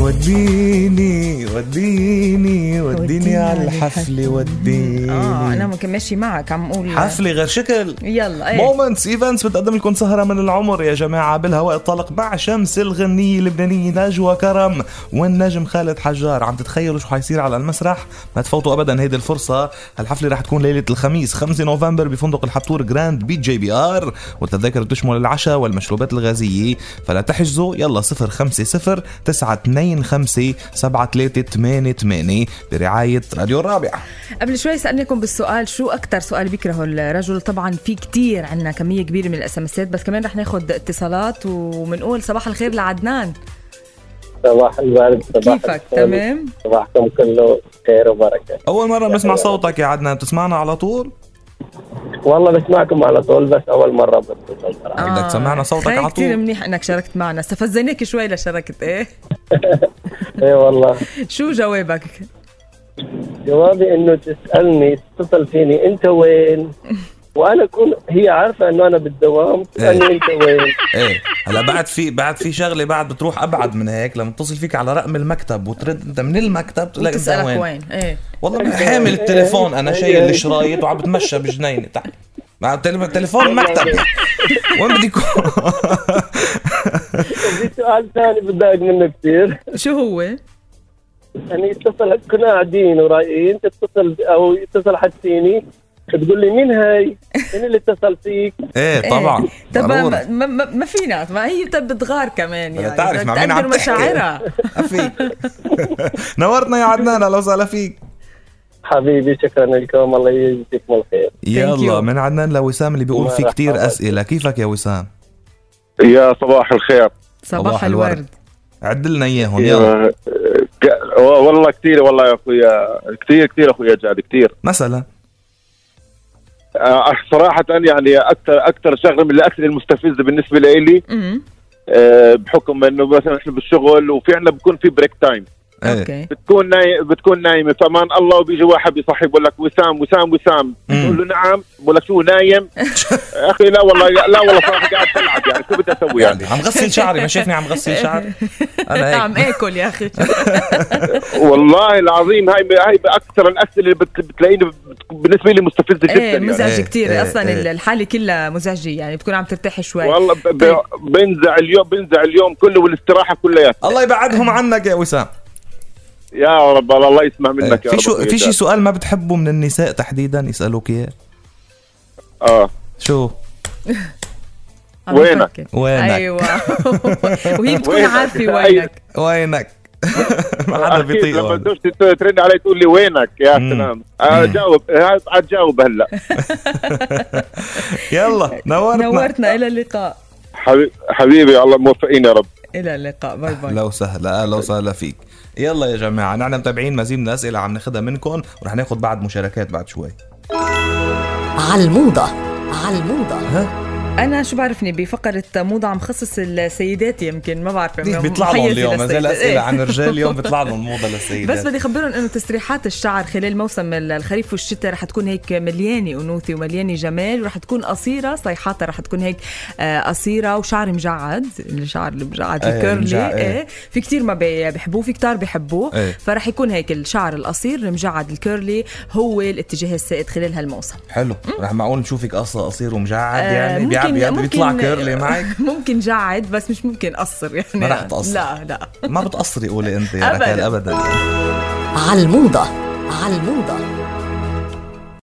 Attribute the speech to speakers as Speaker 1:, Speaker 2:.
Speaker 1: وديني وديني
Speaker 2: وديني
Speaker 1: وديني على آه،
Speaker 2: على
Speaker 1: الحفلة
Speaker 2: الحفلة. اه انا
Speaker 1: وديني
Speaker 2: ممكن ماشي معك عم اقول
Speaker 1: حفلة غير شكل
Speaker 2: يلا ايه
Speaker 1: مومنتس ايفنتس بتقدم لكم سهرة من العمر يا جماعة بالهواء الطلق مع شمس الغنية اللبنانية نجوى كرم والنجم خالد حجار عم تتخيلوا شو حيصير على المسرح ما تفوتوا ابدا هيدي الفرصة الحفلة رح تكون ليلة الخميس 5 نوفمبر بفندق الحبتور جراند بي جي بي ار والتذاكر بتشمل العشاء والمشروبات الغازية فلا تحجزوا يلا 050 925 7388 برعاية راديو الرابع
Speaker 2: قبل شوي سالناكم بالسؤال شو اكثر سؤال بيكرهه الرجل طبعا في كتير عندنا كميه كبيره من الاسمسات بس كمان رح ناخذ اتصالات وبنقول صباح الخير لعدنان
Speaker 3: صباح الورد صباح
Speaker 2: كيفك
Speaker 3: الخير.
Speaker 2: تمام
Speaker 3: صباحكم كله خير وبركة
Speaker 1: اول مرة بنسمع صوتك يا عدنان بتسمعنا على طول
Speaker 3: والله بسمعكم على طول بس أول مرة بتصل صراحة
Speaker 1: بدك تسمعنا صوتك
Speaker 2: خير
Speaker 1: على
Speaker 2: آه. كتير
Speaker 1: طول.
Speaker 2: منيح انك شاركت معنا استفزيناك شوي لشاركت ايه آه.
Speaker 3: إيه والله
Speaker 2: شو جوابك
Speaker 3: جوابي إنه تسألني تتصل فيني أنت وين؟ وأنا أكون هي عارفة إنه أنا بالدوام تسألني
Speaker 2: إيه.
Speaker 3: أنت وين؟
Speaker 1: ايه هلا بعد في بعد في شغله بعد بتروح ابعد من هيك لما اتصل فيك على رقم المكتب وترد انت من المكتب تلاقي انت
Speaker 2: تسالك وين ايه
Speaker 1: والله ما حامل التليفون انا شايل الشرايط وعم بتمشى بجنينه تحت مع التل- التليفون المكتب وين بدي يكون
Speaker 3: في سؤال ثاني بتضايق منه كثير
Speaker 2: شو هو إيه.
Speaker 3: يعني يتصل كنا قاعدين ورايقين تتصل أو يتصل حد فيني تقول لي مين هاي؟ مين اللي اتصل فيك؟
Speaker 1: ايه طبعا
Speaker 2: إيه. طب ما,
Speaker 1: ضروري.
Speaker 2: ما, ما- ما فينا ما هي طب بتغار كمان
Speaker 1: بدها
Speaker 2: يعني
Speaker 1: تعرف مع مين عم
Speaker 2: بتقدر
Speaker 1: تحكي.
Speaker 2: مشاعرها
Speaker 1: ما في نورتنا يا عدنان اهلا وسهلا فيك
Speaker 3: حبيبي شكرا لكم الله يجزيكم الخير
Speaker 1: يلا
Speaker 2: you.
Speaker 1: من عدنان لوسام اللي بيقول في كتير اسئله كيفك يا وسام
Speaker 4: يا صباح الخير
Speaker 2: صباح
Speaker 1: صباح
Speaker 2: الورد
Speaker 1: الورد. عد لنا اياهم يلا
Speaker 4: آه، ك- والله كثير والله يا اخويا كثير كثير اخويا جاد كثير
Speaker 1: مثلا
Speaker 4: آه، صراحة يعني اكثر اكثر شغلة من الاسئلة المستفزة بالنسبة لي
Speaker 2: امم
Speaker 4: بحكم انه مثلا احنا بالشغل وفي عندنا بكون في بريك تايم
Speaker 1: ايه
Speaker 2: اوكي
Speaker 4: بتكون ناي... بتكون نايمة فمان الله وبيجي واحد بيصحي بقول لك وسام وسام وسام
Speaker 1: مم.
Speaker 4: بقول له نعم بقول لك شو نايم يا اخي لا والله لا والله صراحة قاعد بلعب يعني شو بدي اسوي يعني
Speaker 1: يعني عم غسل شعري ما شايفني عم غسل شعري انا هيك
Speaker 2: عم اكل يا اخي
Speaker 4: والله العظيم هاي هاي باكثر الاسئله اللي بت- بتلاقيني بت- بالنسبه لي مستفزه جدا
Speaker 2: ايه
Speaker 4: يعني.
Speaker 2: مزعج
Speaker 1: إيه،
Speaker 2: كتير
Speaker 1: إيه،
Speaker 2: اصلا
Speaker 1: إيه.
Speaker 2: الحاله كلها مزعجه يعني بتكون عم ترتاح شوي
Speaker 4: والله ب- ب- بنزع اليوم بنزع اليوم كله والاستراحه كلياتها
Speaker 1: الله يبعدهم عنك يا وسام
Speaker 4: يا رب الله الله يسمع منك يا
Speaker 1: إيه، في
Speaker 4: رب
Speaker 1: شو
Speaker 4: أخوي
Speaker 1: في شي
Speaker 4: جاد.
Speaker 1: سؤال ما بتحبه من النساء تحديدا يسالوك اياه
Speaker 4: اه
Speaker 1: شو
Speaker 2: عم
Speaker 4: وينك؟
Speaker 2: بفكر.
Speaker 1: وينك أيوة.
Speaker 2: ايوه وهي بتكون
Speaker 4: وينك؟ أيوة.
Speaker 2: عارفه
Speaker 4: أي-
Speaker 2: وينك
Speaker 1: وينك ما حدا
Speaker 4: اكيد
Speaker 1: بيطيقه
Speaker 4: لما
Speaker 1: هذا.
Speaker 4: زوجتي ت- ترن علي تقول لي وينك يا
Speaker 1: مم.
Speaker 4: سلام آه،
Speaker 1: مم.
Speaker 4: جاوب آه، عاد جاوب هلا
Speaker 1: يلا نورتنا
Speaker 2: نورتنا الى اللقاء
Speaker 4: حبي- حبيبي الله موفقين يا رب
Speaker 2: الى اللقاء باي باي
Speaker 1: لو سهلا اهلا وسهلا فيك يلا يا جماعه نحن متابعين مزيد من الاسئله عم ناخذها منكم ورح ناخذ بعد مشاركات بعد شوي
Speaker 5: على الموضة على الموضة
Speaker 2: انا شو بعرفني بفقره موضه عم خصص السيدات يمكن ما بعرف
Speaker 1: ليش
Speaker 2: أنا
Speaker 1: بيطلع لهم
Speaker 2: مخيلة
Speaker 1: اليوم ما زال
Speaker 2: للسيدات.
Speaker 1: اسئله
Speaker 2: إيه.
Speaker 1: عن الرجال اليوم بيطلع لهم موضه للسيدات
Speaker 2: بس بدي اخبرهم انه تسريحات الشعر خلال موسم الخريف والشتاء رح تكون هيك مليانه انوثه ومليانه جمال ورح تكون قصيره صيحاتها رح تكون هيك آه، قصيره وشعر مجعد الشعر المجعد
Speaker 1: إيه،
Speaker 2: الكيرلي
Speaker 1: المجعد، إيه.
Speaker 2: ايه في كتير ما بي- بحبوه في كتار بحبوه
Speaker 1: إيه.
Speaker 2: فرح يكون هيك الشعر القصير المجعد الكيرلي هو الاتجاه السائد خلال هالموسم
Speaker 1: حلو رح معقول نشوفك قصة قصير ومجعد
Speaker 2: آه،
Speaker 1: يعني بيعب بيعب بيطلع كيرلي معك
Speaker 2: ممكن جعد بس مش ممكن قصر يعني
Speaker 1: ما رح تقصر.
Speaker 2: لا لا
Speaker 1: ما بتقصري قولي انت يا ركال
Speaker 2: أبداً.
Speaker 1: ابدا
Speaker 5: على الموضة على الموضة